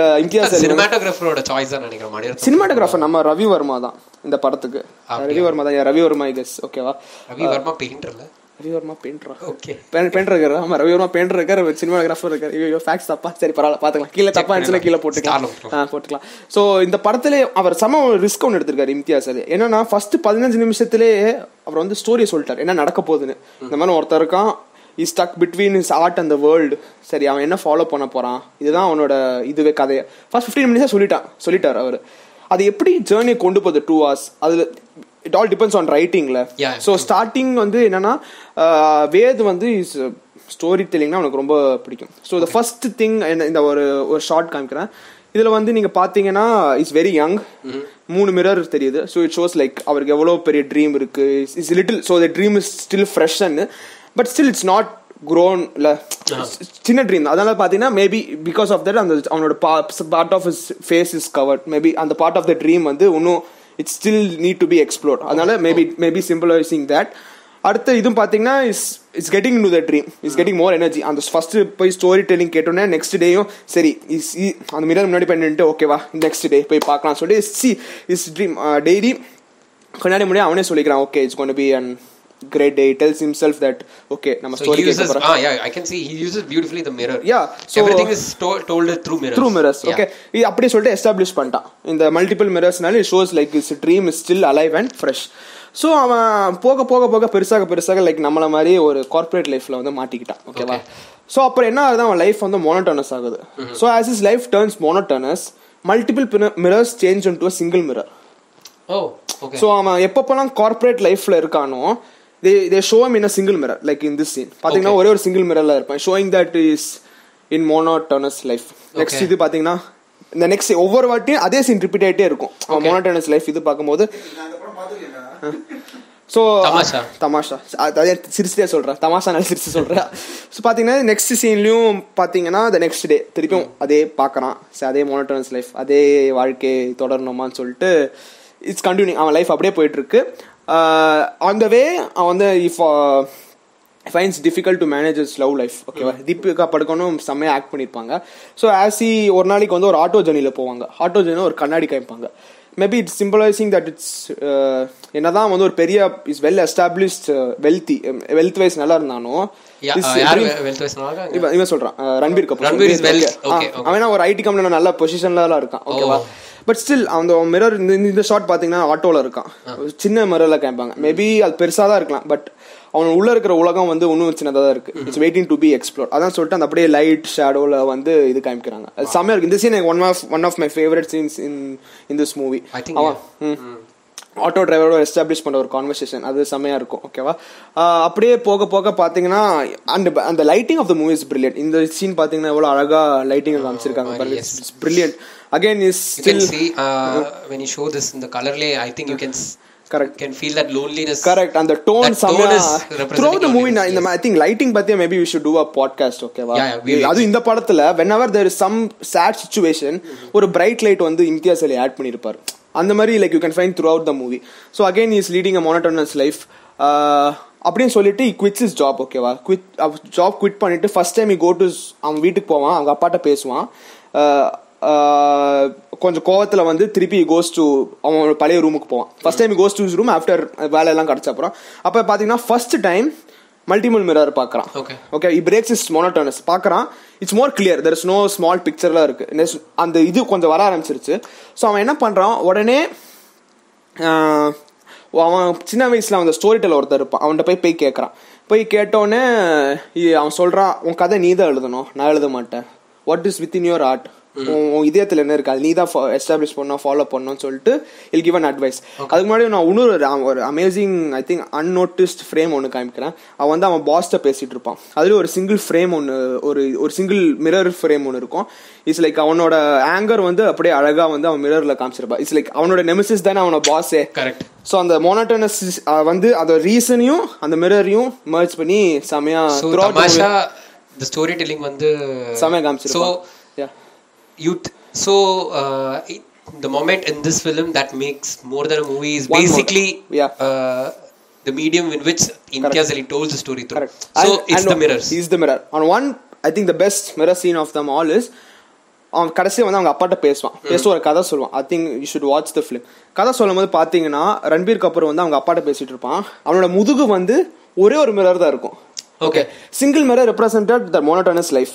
[SPEAKER 1] அஹ், இம்தியாஸ் செல்வன்
[SPEAKER 2] சினிமாட்டோகிராஃபரோட சாய்ஸ் தான் நினைக்கிறேன் மணிரத்னம்
[SPEAKER 1] சினிமாட்டோகிராஃபர் நம்ம ரவி வர்மா தான் இந்த படத்துக்கு
[SPEAKER 2] அப்படியா?
[SPEAKER 1] ரவி வர்மா தான் yeah, Ravi Varma I guess ஓகேவா
[SPEAKER 2] ரவி வர்மா பெயிண்டர்ல
[SPEAKER 1] ரவி வர்மா பெயிண்டரா
[SPEAKER 2] ஓகே
[SPEAKER 1] பெயிண்ட் பெயிண்டர் இருக்காரு ஆமா ரவி வர்மா பெயிண்டர் இருக்காரு சினிமாகிராஃபர் இருக்காரு ஐயோ ஃபேக்ஸ் தப்பா சரி பரவாயில்ல பாத்துக்கலாம் கீழே தப்பா இருந்துச்சுன்னா கீழே போட்டுக்கலாம்
[SPEAKER 2] Star
[SPEAKER 1] ஆ போட்டுக்கலாம் சோ இந்த படத்துல அவர் சம ரிஸ்க் ஒன்று எடுத்திருக்காரு இம்தியாஸ் அலி என்னன்னா ஃபர்ஸ்ட் பதினஞ்சு நிமிஷத்திலே அவர் வந்து ஸ்டோரியை சொல்லிட்டார் என்ன நடக்க போகுதுன்னு இந்த மாதிரி ஒருத்தர் இருக்கான் is stuck between is art அந்த வேர்ல்டு சரி அவன் என்ன ஃபாலோ பண்ண போறான் இதுதான் அவனோட இதுவே கதையை ஃபர்ஸ்ட் ஃபிஃப்டீன் மினிட்ஸாக சொல்லிட்டான் சொல்லிட்டார் அவர் அது எப்படி ஜேர்னியை கொண்டு போகுது டூ ஹவர்ஸ் அதுல இட் ஆல் டிபெண்ட்ஸ் ஆன் ரைட்டிங்ல
[SPEAKER 2] Yeah.
[SPEAKER 1] ஸோ ஸ்டார்டிங் வந்து என்னன்னா ஆஹ், வேத் வந்து இஸ் ஸ்டோரி டெல்லிங்னா அவனுக்கு ரொம்ப பிடிக்கும் ஸோ த ஃபர்ஸ்ட் திங் இந்த ஒரு ஒரு ஷார்ட் காமிக்கிறேன் இதில் வந்து நீங்கள் பார்த்தீங்கன்னா இஸ் வெரி யங் மூணு மிரர் தெரியுது ஸோ இட் ஷோஸ் லைக் அவருக்கு எவ்வளோ பெரிய ட்ரீம் இருக்கு is little so the dream is still ஃப்ரெஷ்ஷன்னு but still it's not grown ல சின்ன ட்ரீம் அதனால பார்த்தீங்கன்னா மேபி பிகாஸ் ஆஃப் தட் அந்த அவனோட part of his face is covered maybe அந்த பார்ட் ஆஃப் த ட்ரீம் வந்து இன்னும் it's still need to be explored அதனால மேபி மேபி சிம்பிளைசிங் தட் அடுத்த இதுவும் பார்த்தீங்கன்னா is is getting to the dream is getting more energy அந்த ஃபர்ஸ்ட் போய் ஸ்டோரி டெல்லிங் கேட்டோன்னே நெக்ஸ்ட் டேயும் சரி இஸ் அந்த மிரர் முன்னாடி போய் நின்னுட்டு ஓகேவா நெக்ஸ்ட் டே போய் பார்க்கலாம் சொல்லிட்டு சி இஸ் ட்ரீம் டெய்லி முன்னாடி uh, முன்னாடி அவனே சொல்லிக்கிறான் okay it's gonna be and great day tells himself that okay நம்ம
[SPEAKER 2] So
[SPEAKER 1] ஸ்டோரி
[SPEAKER 2] he
[SPEAKER 1] கேட்க
[SPEAKER 2] uses,
[SPEAKER 1] போகிறோம்
[SPEAKER 2] ah, yeah, I can see he uses beautifully the mirror.
[SPEAKER 1] Yeah, so-
[SPEAKER 2] everything is to- told through mirrors.
[SPEAKER 1] Through mirrors
[SPEAKER 2] Yeah.
[SPEAKER 1] Okay இது அப்படியே சொல்லிட்டு எஸ்டாப்ளிஷ் பண்ணிட்டான் இந்த மல்டிபிள் மிரர்ஸ்னால it shows like his dream is still alive and fresh so அவன் போக போக போக பெருசாக பெருசாக லைக் நம்மள மாதிரி ஒரு கார்ப்பரேட் லைஃப்ல வந்து மாட்டிக்கிட்டான் ஓகேவா ஸோ அப்புறம் என்ன ஆகுது அவன் லைஃப் வந்து மோனோட்டனஸ் ஆகுது so as his life turns monotonous multiple mirrors change into single mirror
[SPEAKER 2] Oh, okay.
[SPEAKER 1] So அவன் எப்பப்பெல்லாம் கார்ப்பரேட் லைஃப்ல இருக்கானோ they they show in a single mirror like in this scene பாத்தீங்கன்னா
[SPEAKER 2] Okay.
[SPEAKER 1] ஒரே ஒரு சிங்கிள் மிரர்ல இருப்பான் showing that his in monotonous life next
[SPEAKER 2] Okay.
[SPEAKER 1] இது பாத்தீங்கன்னா இந்த நெக்ஸ்ட் ஒவ்வொரு வாட்டியும் அதே சீன் ரிப்பீட் ஆயிட்டே இருக்கும் அவன் மோனோட்டனஸ் லைஃப் இது பார்க்கும்போது ஸோ
[SPEAKER 2] தமாஷா.
[SPEAKER 1] தமாஷா அதாவது சிரிச்சுட்டே சொல்கிறேன் தமாஷானால சிரிச்சு சொல்கிறேன் ஸோ பார்த்தீங்கன்னா நெக்ஸ்ட் சீன்லையும் பார்த்தீங்கன்னா த நெக்ஸ்ட் டே திருப்பியும் அதே பார்க்குறான் சரி அதே மோனோட்டனஸ் லைஃப் அதே வாழ்க்கை தொடரணுமான்னு சொல்லிட்டு இட்ஸ் கண்டினியூ அவன் லைஃப் அப்படியே போயிட்டுருக்கு ஆன் த வே அவன் வந்து if finds difficult to manage his love life ஓகேவா
[SPEAKER 2] Hmm.
[SPEAKER 1] தீபிகா படுக்கணும் செம்மையாக ஆக்ட் பண்ணியிருப்பாங்க ஸோ ஆசி ஒரு நாளைக்கு வந்து ஒரு ஆட்டோ ஜர்னியில் போவாங்க ஆட்டோ ஜர்னியில் ஒரு கண்ணாடி காமிப்பாங்க maybe it's சிம்பிளைசிங் that it's uh, என்னதான் வந்து ஒரு பெரிய is well established wealthy wealth wise um, நல்லா இருந்தாலும்
[SPEAKER 2] Yeah,
[SPEAKER 1] this
[SPEAKER 2] uh, யாரு
[SPEAKER 1] dream-
[SPEAKER 2] we- wealth wise னாலா?
[SPEAKER 1] இவன் இவன் சொல்றான் அஹ், Ranbir Kapoor
[SPEAKER 2] Ranbir is well-
[SPEAKER 1] Okay.
[SPEAKER 2] okay,
[SPEAKER 1] ah,
[SPEAKER 2] okay.
[SPEAKER 1] அவன் ஒரு ஐடி கம்பெனில நல்ல பொசிஷன்லாம் இருக்கான் ஓகேவா
[SPEAKER 2] Oh.
[SPEAKER 1] பட் ஸ்டில் அந்த மிரர் இந்த இந்த ஷாட் பாத்தீங்கன்னா ஆட்டோல இருக்கான் ஒரு சின்ன மிரர்ல கேட்பாங்க மேபி அது பெருசா தான் இருக்கலாம் பட் அவன் உள்ள இருக்கிற உலகம் வந்து இன்னும் சின்னதா தான் இருக்கு it's waiting to be explore அதான் சொல்லிட்டு அந்த அப்படியே லைட் ஷேடோல வந்து இது காமிக்கிறாங்க அது செமையா இருக்கு இந்த scene one of one of my favourite scenes in in this movie
[SPEAKER 2] I think,
[SPEAKER 1] அவன் ம். ஆட்டோ டிரைவரோட எஸ்டாப்ளிஷ் பண்ண ஒரு கான்வர்சேஷன் அது செமையா இருக்கும் ஓகேவா ஆஹ் அப்படியே போக போக பாத்தீங்கன்னா அந்த அந்த lighting of the movie is brilliant இந்த சீன் பாத்தீங்கன்னா எவ்வளவு அழகா லைட்டிங் காமிச்சிருக்காங்க
[SPEAKER 2] very
[SPEAKER 1] பாருங்க
[SPEAKER 2] Oh, yes.
[SPEAKER 1] It's brilliant again is
[SPEAKER 2] You can
[SPEAKER 1] still
[SPEAKER 2] see, uh,
[SPEAKER 1] Uh-huh.
[SPEAKER 2] when you show this in the color lay, I think you can s-
[SPEAKER 1] correct
[SPEAKER 2] can feel that loneliness.
[SPEAKER 1] Correct அந்த டோன்
[SPEAKER 2] That tone
[SPEAKER 1] செமையா
[SPEAKER 2] is
[SPEAKER 1] த்ரூ த
[SPEAKER 2] representing
[SPEAKER 1] மூவி
[SPEAKER 2] audience,
[SPEAKER 1] இந்த ஐ திங்க் லைட்டிங் பத்தி maybe we should do a podcast ஓகேவா
[SPEAKER 2] Yeah, yeah, we will.
[SPEAKER 1] அது இந்த படத்துல whenever there is some sad situation ஒரு பிரைட் லைட் வந்து இம்தியாஸ் அலி ஆட் பண்ணிருப்பார் அந்த மாதிரி like you can find throughout the movie so again is leading a monotonous life Uh, அப்படின்னு சொல்லிட்டு குவிட்ஸ் இஸ் ஜாப் ஓகேவா குவிட் ஜாப் குவிட் பண்ணிட்டு ஃபர்ஸ்ட் டைம் கோ டு அவன் வீட்டுக்கு போவான் அவங்க அப்பாட்ட பேசுவான் Uh, uh, கொஞ்சம் கோவத்தில் வந்து திருப்பி கோஸ் டு அவன் பழைய ரூமுக்கு போவான் first time goes to room after வேலையெல்லாம் கிடச்ச அப்புறம் அப்போ பார்த்தீங்கன்னா ஃபர்ஸ்ட் டைம் மல்டிபிள் மிரர் பார்க்குறான்
[SPEAKER 2] Okay.
[SPEAKER 1] Okay he breaks his monotonous பார்க்குறான் it's more clear there is no small பிக்சர்லாம் இருக்கு There's- அந்த இது கொஞ்சம் வர ஆரம்பிச்சிருச்சு ஸோ அவன் என்ன பண்ணுறான் உடனே ஆஹ், அவன் சின்ன வயசில் அந்த ஸ்டோரி டெல்லர் ஒருத்தர் இருப்பான் அவன்கிட்ட போய் போய் கேட்குறான் போய் கேட்டோன்னே இ- அவன் சொல்கிறான் உன் கதை நீ தான் எழுதணும் நான் எழுத மாட்டேன் what is within your heart உன் உன் இதயத்துல என்ன இருக்கா நீ தான் எஸ்டாப்ளிஷ் பண்ணணும் ஃபாலோ பண்ணணும்னு சொல்லிட்டு இல் கிவ் அன் அட்வைஸ் அதுக்கு முன்னாடி நான் இன்னொரு ஒரு அ- ஒரு amazing I think unnoticed frame ஒன்று காமிக்கிறேன் அவன் வந்து அவன் பாஸ்ட்ட பேசிட்டு இருப்பான் அதுல ஒரு சிங்கிள் ஃப்ரேம் ஒன்று ஒரு ஒரு சிங்கிள் மிரர் ஃப்ரேம் ஒன்று இருக்கும் இட்ஸ் லைக் அவனோட ஆங்கர் வந்து அப்படியே அழகா வந்து அவன் மிரர்ல காமிச்சிருப்பான் இட்ஸ் லைக் அவனோட நெமிசிஸ் தானே அவனோட பாஸே
[SPEAKER 2] கரெக்ட்
[SPEAKER 1] ஸோ அந்த மோனோட்டனஸ் வந்து அதோட ரீசனையும் அந்த மிரரையும் merge பண்ணி செமையா
[SPEAKER 2] so
[SPEAKER 1] Uh, throughout the
[SPEAKER 2] Tamasha the story telling வந்து
[SPEAKER 1] movie செமையா
[SPEAKER 2] சோ
[SPEAKER 1] காமிச்சிருப்பான் Yeah.
[SPEAKER 2] Youth so uh, the moment in this film that makes more than a movie is
[SPEAKER 1] One
[SPEAKER 2] basically
[SPEAKER 1] moment. Yeah.
[SPEAKER 2] uh, the medium in which Imtiaz Ali told the story through.
[SPEAKER 1] Correct.
[SPEAKER 2] So
[SPEAKER 1] And-
[SPEAKER 2] it's
[SPEAKER 1] and
[SPEAKER 2] the mirrors.
[SPEAKER 1] Is the mirror. On one, I think the best mirror scene of them all is அவன் கடைசியாக வந்து அவங்க அப்பாட்ட பேசுவான் பேச ஒரு கதை சொல்லுவான் I think you should watch the film கதை சொல்லும் போது பார்த்தீங்கன்னா ரன்பீர் கபூர் வந்து அவங்க அப்பாட்ட பேசிட்டு இருப்பான் அவனோட முதுகு வந்து ஒரே ஒரு மிரர் தான் இருக்கும்
[SPEAKER 2] Okay.
[SPEAKER 1] Single mirror represented the monotonous life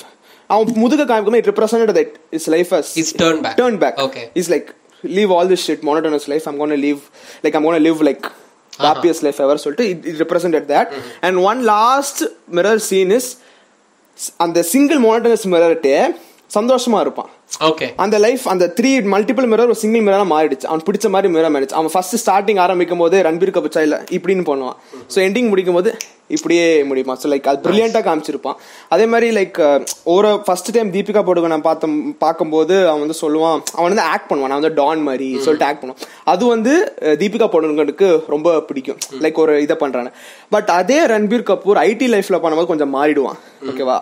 [SPEAKER 1] அவன் முதுக காமிக்கும்போது it represented that is life as
[SPEAKER 2] It's turned back.
[SPEAKER 1] Turn back
[SPEAKER 2] Okay.
[SPEAKER 1] Is like leave all this shit monotonous life I'm gonna leave like I'm gonna live like
[SPEAKER 2] Uh-huh.
[SPEAKER 1] Happiest life ever சொல்லிட்டு it represented that
[SPEAKER 2] Mm-hmm.
[SPEAKER 1] And one last mirror scene is அந்த சிங்கிள் மோனோட்டனஸ் மிரர்ட்டே சந்தோஷமா இருப்பான்
[SPEAKER 2] Okay.
[SPEAKER 1] அந்த லைஃப் அந்த த்ரீ மல்டிபிள் மிரர் ஒரு சிங்கிள் மிரரா மாறிடுச்சு அவன் பிடிச்ச மாதிரி மிரர் மாறிடுச்சு அவன் ஃபர்ஸ்ட் ஸ்டார்டிங் ஆரம்பிக்கும் போது ரன்பீர் கபூர் இல்ல இப்படின்னு பண்ணுவான் ஸோ எண்டிங் முடிக்கும் போது இப்படியே முடியுமா ஸோ லைக் அது பிரில்லியண்டா காமிச்சிருப்பான் அதே மாதிரி லைக் ஒரு ஃபர்ஸ்ட் டைம் தீபிகா படுகோ நான் பார்த்த பார்க்கும்போது அவன் வந்து சொல்லுவான் அவன் வந்து ஆக்ட் பண்ணுவான் நான் வந்து டான் மாதிரி சொல்லிட்டு ஆக்ட் பண்ணுவான் அது வந்து அஹ், தீபிகா படுகோனுக்கு ரொம்ப பிடிக்கும் லைக் ஒரு இதை பண்றானே பட் அதே ரன்பீர் கபூர் ஐடி லைஃப்ல பண்ணும்போது கொஞ்சம் மாறிடுவான் ஓகேவா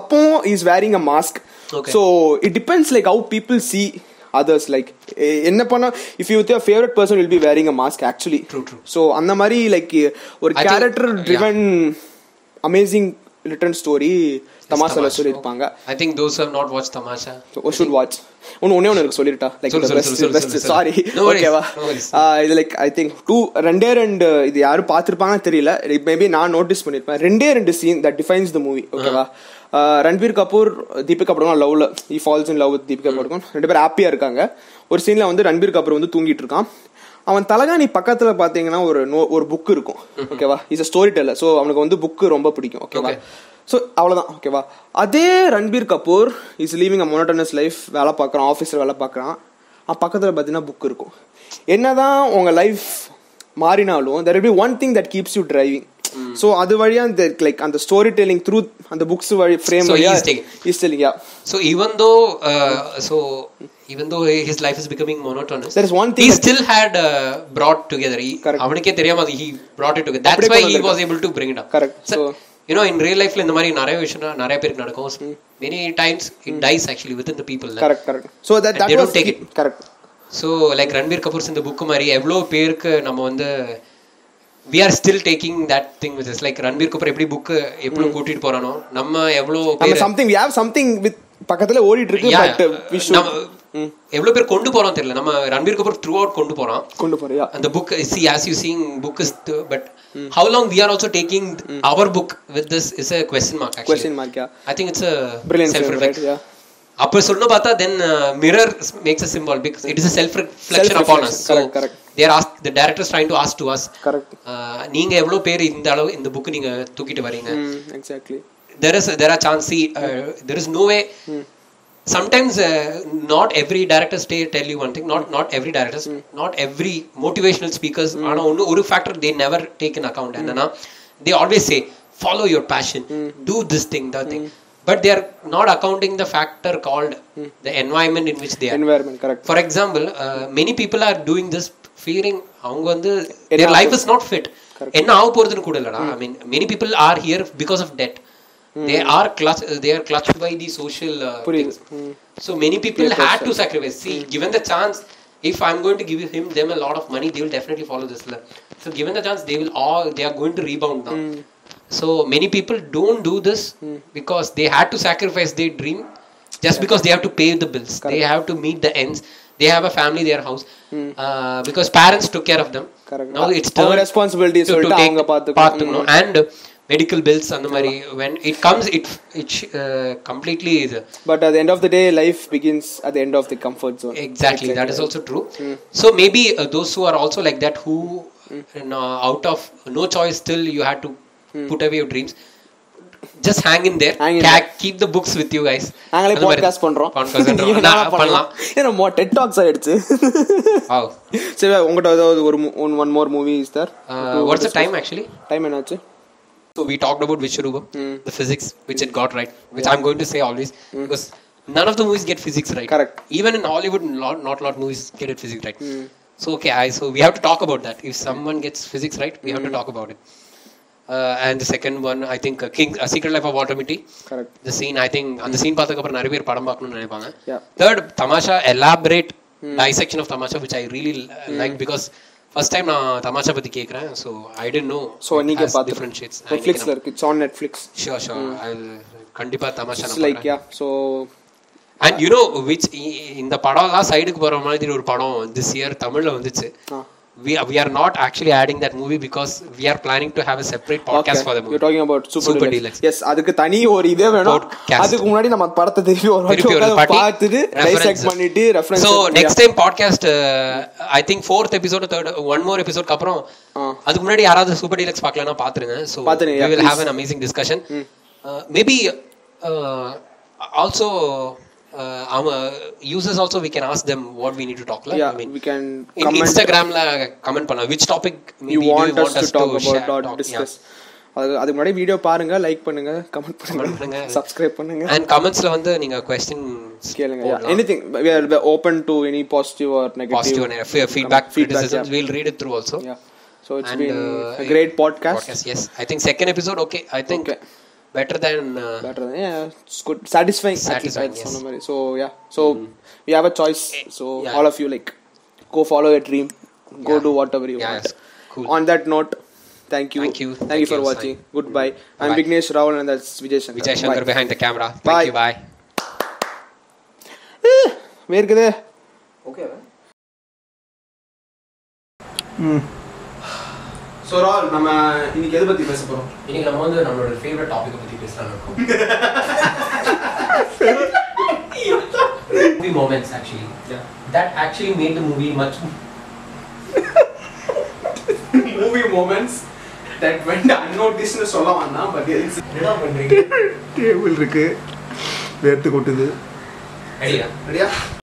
[SPEAKER 1] அப்பவும் is wearing a mask
[SPEAKER 2] Okay.
[SPEAKER 1] So it depends like how people see others like eh, என்ன பண்ணா if you your favourite person will be wearing a mask actually
[SPEAKER 2] True, true.
[SPEAKER 1] So அந்த மாதிரி லைக் ஒரு
[SPEAKER 2] I think-
[SPEAKER 1] character driven amazing written story தமாசால
[SPEAKER 2] Tamasha.
[SPEAKER 1] சொல்லியிருப்பாங்க
[SPEAKER 2] I think those who have not watched Tamasha.
[SPEAKER 1] Should watch ஒன்று Oh, ஒன்னே ஒன்று இருக்கு சொல்லிட்டா லைக்
[SPEAKER 2] சொல்லு, சொல்லு,
[SPEAKER 1] பெஸ்ட்
[SPEAKER 2] சொல்லு, சொல்லு,
[SPEAKER 1] பெஸ்ட்
[SPEAKER 2] சொல்லு.
[SPEAKER 1] சாரி
[SPEAKER 2] No worries,
[SPEAKER 1] ஓகேவா
[SPEAKER 2] no worries.
[SPEAKER 1] Uh, இது லைக் ஐ திங்க் டூ ரெண்டே ரெண்டு இது யாரும் பார்த்துருப்பாங்கன்னு தெரியல மேபி நான் நோட்டீஸ் பண்ணியிருப்பேன் ரெண்டே ரெண்டு scene that defines the movie ஓகேவா ரன்பீர் Uh, கபூர் தீபிகா படுகோன் லவ்ல he falls in love with Deepika Padukone ரெண்டு பேரும் ஹாப்பியாக இருக்காங்க ஒரு சீனில் வந்து ரன்பீர் கபூர் வந்து தூங்கிட்டு இருக்கான் அவன் தலகாணி பக்கத்துல பாத்தீங்கன்னா ஒரு நோ ஒரு புக் இருக்கும் ஓகேவா is a story teller so அவனுக்கு வந்து புக்கு ரொம்ப பிடிக்கும் ஓகேவா ஸோ அவ்வளோதான் ஓகேவா அதே Ranbir Kapoor is leaving a monotonous life வேலை பார்க்குறான் ஆஃபீஸில் வேலை பார்க்குறான் அவன் பக்கத்தில் பார்த்தீங்கன்னா புக் இருக்கும் என்னதான் உங்கள் லைஃப் மாறினாலும் there be one thing that keeps you driving so அது வழியாக அந்த லைக் அந்த ஸ்டோரி டெல்லிங் த்ரூ அந்த புக்ஸ் வழி ஃப்ரேம்
[SPEAKER 2] So he
[SPEAKER 1] வழியா
[SPEAKER 2] is taking-
[SPEAKER 1] is telling yeah
[SPEAKER 2] So even though, uh, so even though his life is becoming monotonous,
[SPEAKER 1] There is one thing
[SPEAKER 2] he
[SPEAKER 1] that-
[SPEAKER 2] still had uh, brought together. He,
[SPEAKER 1] Correct.
[SPEAKER 2] அவனுக்கே தெரியாம அது he brought it together. That's
[SPEAKER 1] அப்படியே
[SPEAKER 2] why
[SPEAKER 1] கொண்டு
[SPEAKER 2] he was
[SPEAKER 1] வந்திருக்கான்.
[SPEAKER 2] able to bring it up.
[SPEAKER 1] Correct.
[SPEAKER 2] So,
[SPEAKER 1] So-
[SPEAKER 2] you know, in real lifeல இந்த மாதிரி நிறைய விஷயம் நிறைய பேருக்கு நடக்கும். Many times it dies actually within the people.
[SPEAKER 1] Correct correct so that
[SPEAKER 2] And
[SPEAKER 1] that
[SPEAKER 2] they don't
[SPEAKER 1] was
[SPEAKER 2] take it.
[SPEAKER 1] Correct
[SPEAKER 2] so like Ranbir Kapoor's இந்த புக்கு மாதிரி எவ்வளோ பேருக்கு நம்ம வந்து we are still taking that thing which is like Ranbir Kapoor எப்படி புக்கு எப்படி கூட்டிட்டு போறானோ நம்ம எவ்வளோ
[SPEAKER 1] நம்ம
[SPEAKER 2] பேர்
[SPEAKER 1] something we have something with பக்கத்துல ஓடிட்டு இருக்கு
[SPEAKER 2] Yeah,
[SPEAKER 1] பட் வி
[SPEAKER 2] நம்ம
[SPEAKER 1] ஷுட்
[SPEAKER 2] எவ்வளோ பேர் கொண்டு போறோம் தெரியல நம்ம ரன்பீர் கபூர் த்ரூ அவுட் கொண்டு போறோம்
[SPEAKER 1] கொண்டு போறியா
[SPEAKER 2] அந்த uh, book see as you seeing book is but
[SPEAKER 1] Mm.
[SPEAKER 2] How long we are also taking our book with this is a question mark
[SPEAKER 1] question
[SPEAKER 2] actually
[SPEAKER 1] மார்க்கியா
[SPEAKER 2] I think it's
[SPEAKER 1] Brilliant
[SPEAKER 2] self
[SPEAKER 1] film, right?
[SPEAKER 2] Reflect
[SPEAKER 1] Yeah.
[SPEAKER 2] அப்ப சொல்லணும் பார்த்தா uh, then mirror makes a simple because it is self reflection upon us so
[SPEAKER 1] Correct, correct.
[SPEAKER 2] There ask the directors trying to ask to us
[SPEAKER 1] correct
[SPEAKER 2] uh, நீங்க எவ்வளவு பேர் இந்த அளவு இந்த புக் நீங்க தூக்கிட்டு வரீங்க
[SPEAKER 1] ம் exactly
[SPEAKER 2] there is there are chance see there is no way sometimes not every director stay tell you one thing not not every directors not every motivational speakers ஆனா ஒன்று ஒரு factor they never take in account என்னன்னா they always say follow your passion do this thing the thing but they are not accounting the factor called the environment in which they are
[SPEAKER 1] environment correct
[SPEAKER 2] for example many people are doing this feeling அவங்க வந்து
[SPEAKER 1] என்ன
[SPEAKER 2] their
[SPEAKER 1] ஆகும்?
[SPEAKER 2] லைஃப் இஸ் நாட் ஃபிட் என்ன ஆக போறதுன்னு கூட இல்லடா I mean many people are here because of dead they are clutch they are clutch by the social
[SPEAKER 1] புரியுது
[SPEAKER 2] so many people had to sacrifice see given the chance if i'm going to give him them a lot of money they will definitely follow this law so given the chance they will all they are going to rebound now so many people don't do this because they had to sacrifice their dream just because they have to pay the bills they have to meet the ends they have a family their house uh, because parents took care of them
[SPEAKER 1] Correct.
[SPEAKER 2] now it's
[SPEAKER 1] Our
[SPEAKER 2] turn
[SPEAKER 1] responsibility
[SPEAKER 2] to- to
[SPEAKER 1] சொல்லிட்டு
[SPEAKER 2] take-
[SPEAKER 1] அவங்க பார்த்துக்கணும்.
[SPEAKER 2] பார்த்துக்கணும்
[SPEAKER 1] Mm.
[SPEAKER 2] and medical bills அந்த மாதிரி when it comes it it uh, completely இது
[SPEAKER 1] but at end of the day life begins at end of the comfort zone
[SPEAKER 2] exactly that is also true
[SPEAKER 1] Mm.
[SPEAKER 2] so maybe uh, those who are also like that who
[SPEAKER 1] Mm.
[SPEAKER 2] uh, no- out of no choice still you had to put away your dreams just hang in there
[SPEAKER 1] Hang in
[SPEAKER 2] Ca-
[SPEAKER 1] there.
[SPEAKER 2] keep the books with you guys
[SPEAKER 1] நாங்களே
[SPEAKER 2] அந்த மாதிரி.
[SPEAKER 1] பாட்காஸ்ட் பண்றோம்
[SPEAKER 2] Podcast பண்றோம்.
[SPEAKER 1] நீங்க
[SPEAKER 2] நான்
[SPEAKER 1] என்ன
[SPEAKER 2] பண்ணலாம்
[SPEAKER 1] பண்ணலாம் ஏன்னா டெட் டாக்ஸ் ஆயிடுச்சு
[SPEAKER 2] wow
[SPEAKER 1] சரி உங்ககிட்ட ஏதாவது ஒரு one one more movie is there
[SPEAKER 2] uh, what's the time actually
[SPEAKER 1] time என்னாச்சு
[SPEAKER 2] So we talked about Vishwaroopa, the physics which it got right, which I'm going to say always because none of the movies get physics right.
[SPEAKER 1] Correct.
[SPEAKER 2] Even in Hollywood, lot, not lot movies get it physics right. So okay, I so we have to talk about that. If someone gets physics right, we have to talk about it. Uh, and the second one, I think uh, King, uh, Secret Life of Walter Mitty.
[SPEAKER 1] Correct
[SPEAKER 2] The scene, I think அந்த சீன் பார்த்ததுக்கப்புறம் நிறைய பேர் படம் பார்க்கணும்னு நினைப்பாங்க
[SPEAKER 1] Yeah. Hmm.
[SPEAKER 2] Third Tamasha elaborate dissection of Tamasha which I really like because first time நான் தமாஷா பத்தி கேக்குறேன் so I didn't know
[SPEAKER 1] so நீங்க பார்த்து
[SPEAKER 2] டிஃபரன்ஷியேட்ஸ்
[SPEAKER 1] நெட்ஃப்ளிக்ஸில் இருக்கு it's on Netflix
[SPEAKER 2] sure sure
[SPEAKER 1] Hmm.
[SPEAKER 2] I கண்டிப்பா தமாஷா
[SPEAKER 1] இட்ஸ்
[SPEAKER 2] நான்
[SPEAKER 1] like
[SPEAKER 2] like
[SPEAKER 1] yeah so
[SPEAKER 2] and you know which இந்த படம்லாம் சைடுக்கு போற மாதிரி ஒரு படம் திஸ் இயர் தமிழ்ல வந்துச்சு we are, we are not actually adding that movie because we are planning to have a separate podcast for the movie
[SPEAKER 1] you talking about
[SPEAKER 2] Super
[SPEAKER 1] super
[SPEAKER 2] Deluxe.
[SPEAKER 1] Deluxe yes அதுக்கு தனி ஒரு இதே வேணும்
[SPEAKER 2] Podcast.
[SPEAKER 1] அதுக்கு முன்னாடி நம்ம படத்தை திருப்பி ஒரு வாட்டி
[SPEAKER 2] திருப்பி ஒரு
[SPEAKER 1] உட்கார்ந்து
[SPEAKER 2] பாட்டி
[SPEAKER 1] பார்த்துட்டு டைசெக்ட் பண்ணிட்டு reference
[SPEAKER 2] so next time podcast I think fourth episode third one more எபிசோட்க்கு அப்புறம் அதுக்கு முன்னாடி யாராவது சூப்பர் டீலக்ஸ் பார்க்கலன்னா பார்த்துருங்க ஸோ
[SPEAKER 1] பார்த்துருங்க, yeah,
[SPEAKER 2] will
[SPEAKER 1] please.
[SPEAKER 2] Have an amazing discussion maybe uh, also அவங்க users also we can ask them what we need to டாக்ல
[SPEAKER 1] Yeah,
[SPEAKER 2] ஐ மீன்
[SPEAKER 1] we can comment.
[SPEAKER 2] இன்ஸ்டாகிராம்ல கமெண்ட் பண்ணலாம் which topic
[SPEAKER 1] you want us to talk about or discuss அது அதுக்கு முன்னாடி வீடியோ பாருங்க லைக் பண்ணுங்க கமெண்ட்
[SPEAKER 2] Comment பண்ணுங்க.
[SPEAKER 1] பண்ணுங்க சப்ஸ்கிரைப் பண்ணுங்க
[SPEAKER 2] அண்ட் கமெண்ட்ஸ்ல வந்து நீங்க கொஸ்டின்
[SPEAKER 1] கேளுங்க anything we are open to any positive or negative
[SPEAKER 2] positive feedback
[SPEAKER 1] Feedback,
[SPEAKER 2] criticisms
[SPEAKER 1] yeah.
[SPEAKER 2] we'll read it through also
[SPEAKER 1] yeah so it's
[SPEAKER 2] And,
[SPEAKER 1] been
[SPEAKER 2] uh,
[SPEAKER 1] a great podcast,
[SPEAKER 2] podcast yes i think second episode okay i think
[SPEAKER 1] Okay.
[SPEAKER 2] better than uh,
[SPEAKER 1] better than yeah it's good satisfying,
[SPEAKER 2] Satisfying,
[SPEAKER 1] at least,
[SPEAKER 2] yes. Mm-hmm.
[SPEAKER 1] that's one of my- so yeah so we have a choice so
[SPEAKER 2] Yeah.
[SPEAKER 1] all of you like go follow your dream go
[SPEAKER 2] Yeah.
[SPEAKER 1] do whatever you
[SPEAKER 2] Yeah,
[SPEAKER 1] want
[SPEAKER 2] it's cool.
[SPEAKER 1] on that note thank you
[SPEAKER 2] Thank you.
[SPEAKER 1] thank,
[SPEAKER 2] Thank
[SPEAKER 1] you for
[SPEAKER 2] you,
[SPEAKER 1] watching
[SPEAKER 2] Sai.
[SPEAKER 1] goodbye i'm
[SPEAKER 2] Bye.
[SPEAKER 1] vignesh rahul and that's vijay shankar
[SPEAKER 2] vijay shankar
[SPEAKER 1] bye.
[SPEAKER 2] behind the camera thank
[SPEAKER 1] Bye.
[SPEAKER 2] you bye
[SPEAKER 1] வேர்க்குதே
[SPEAKER 2] okay
[SPEAKER 1] ஸோ ரால் நம்ம இன்னைக்கு எதை பற்றி பேச போகிறோம்
[SPEAKER 2] இன்னைக்கு நம்ம வந்து நம்மளோட ஃபேவரட் டாபிக் பத்தி பேசலாம் இருக்கோம் movie moments actually that actually made the movie much
[SPEAKER 1] movie moments that went அன்னோட்டிஸ்னு சொல்ல வேண்டாம் பட்
[SPEAKER 2] என்ன பண்றீங்க
[SPEAKER 1] டேபிள் இருக்கு வேர்த்து கொட்டுது
[SPEAKER 2] ஐடியா
[SPEAKER 1] ரெடியா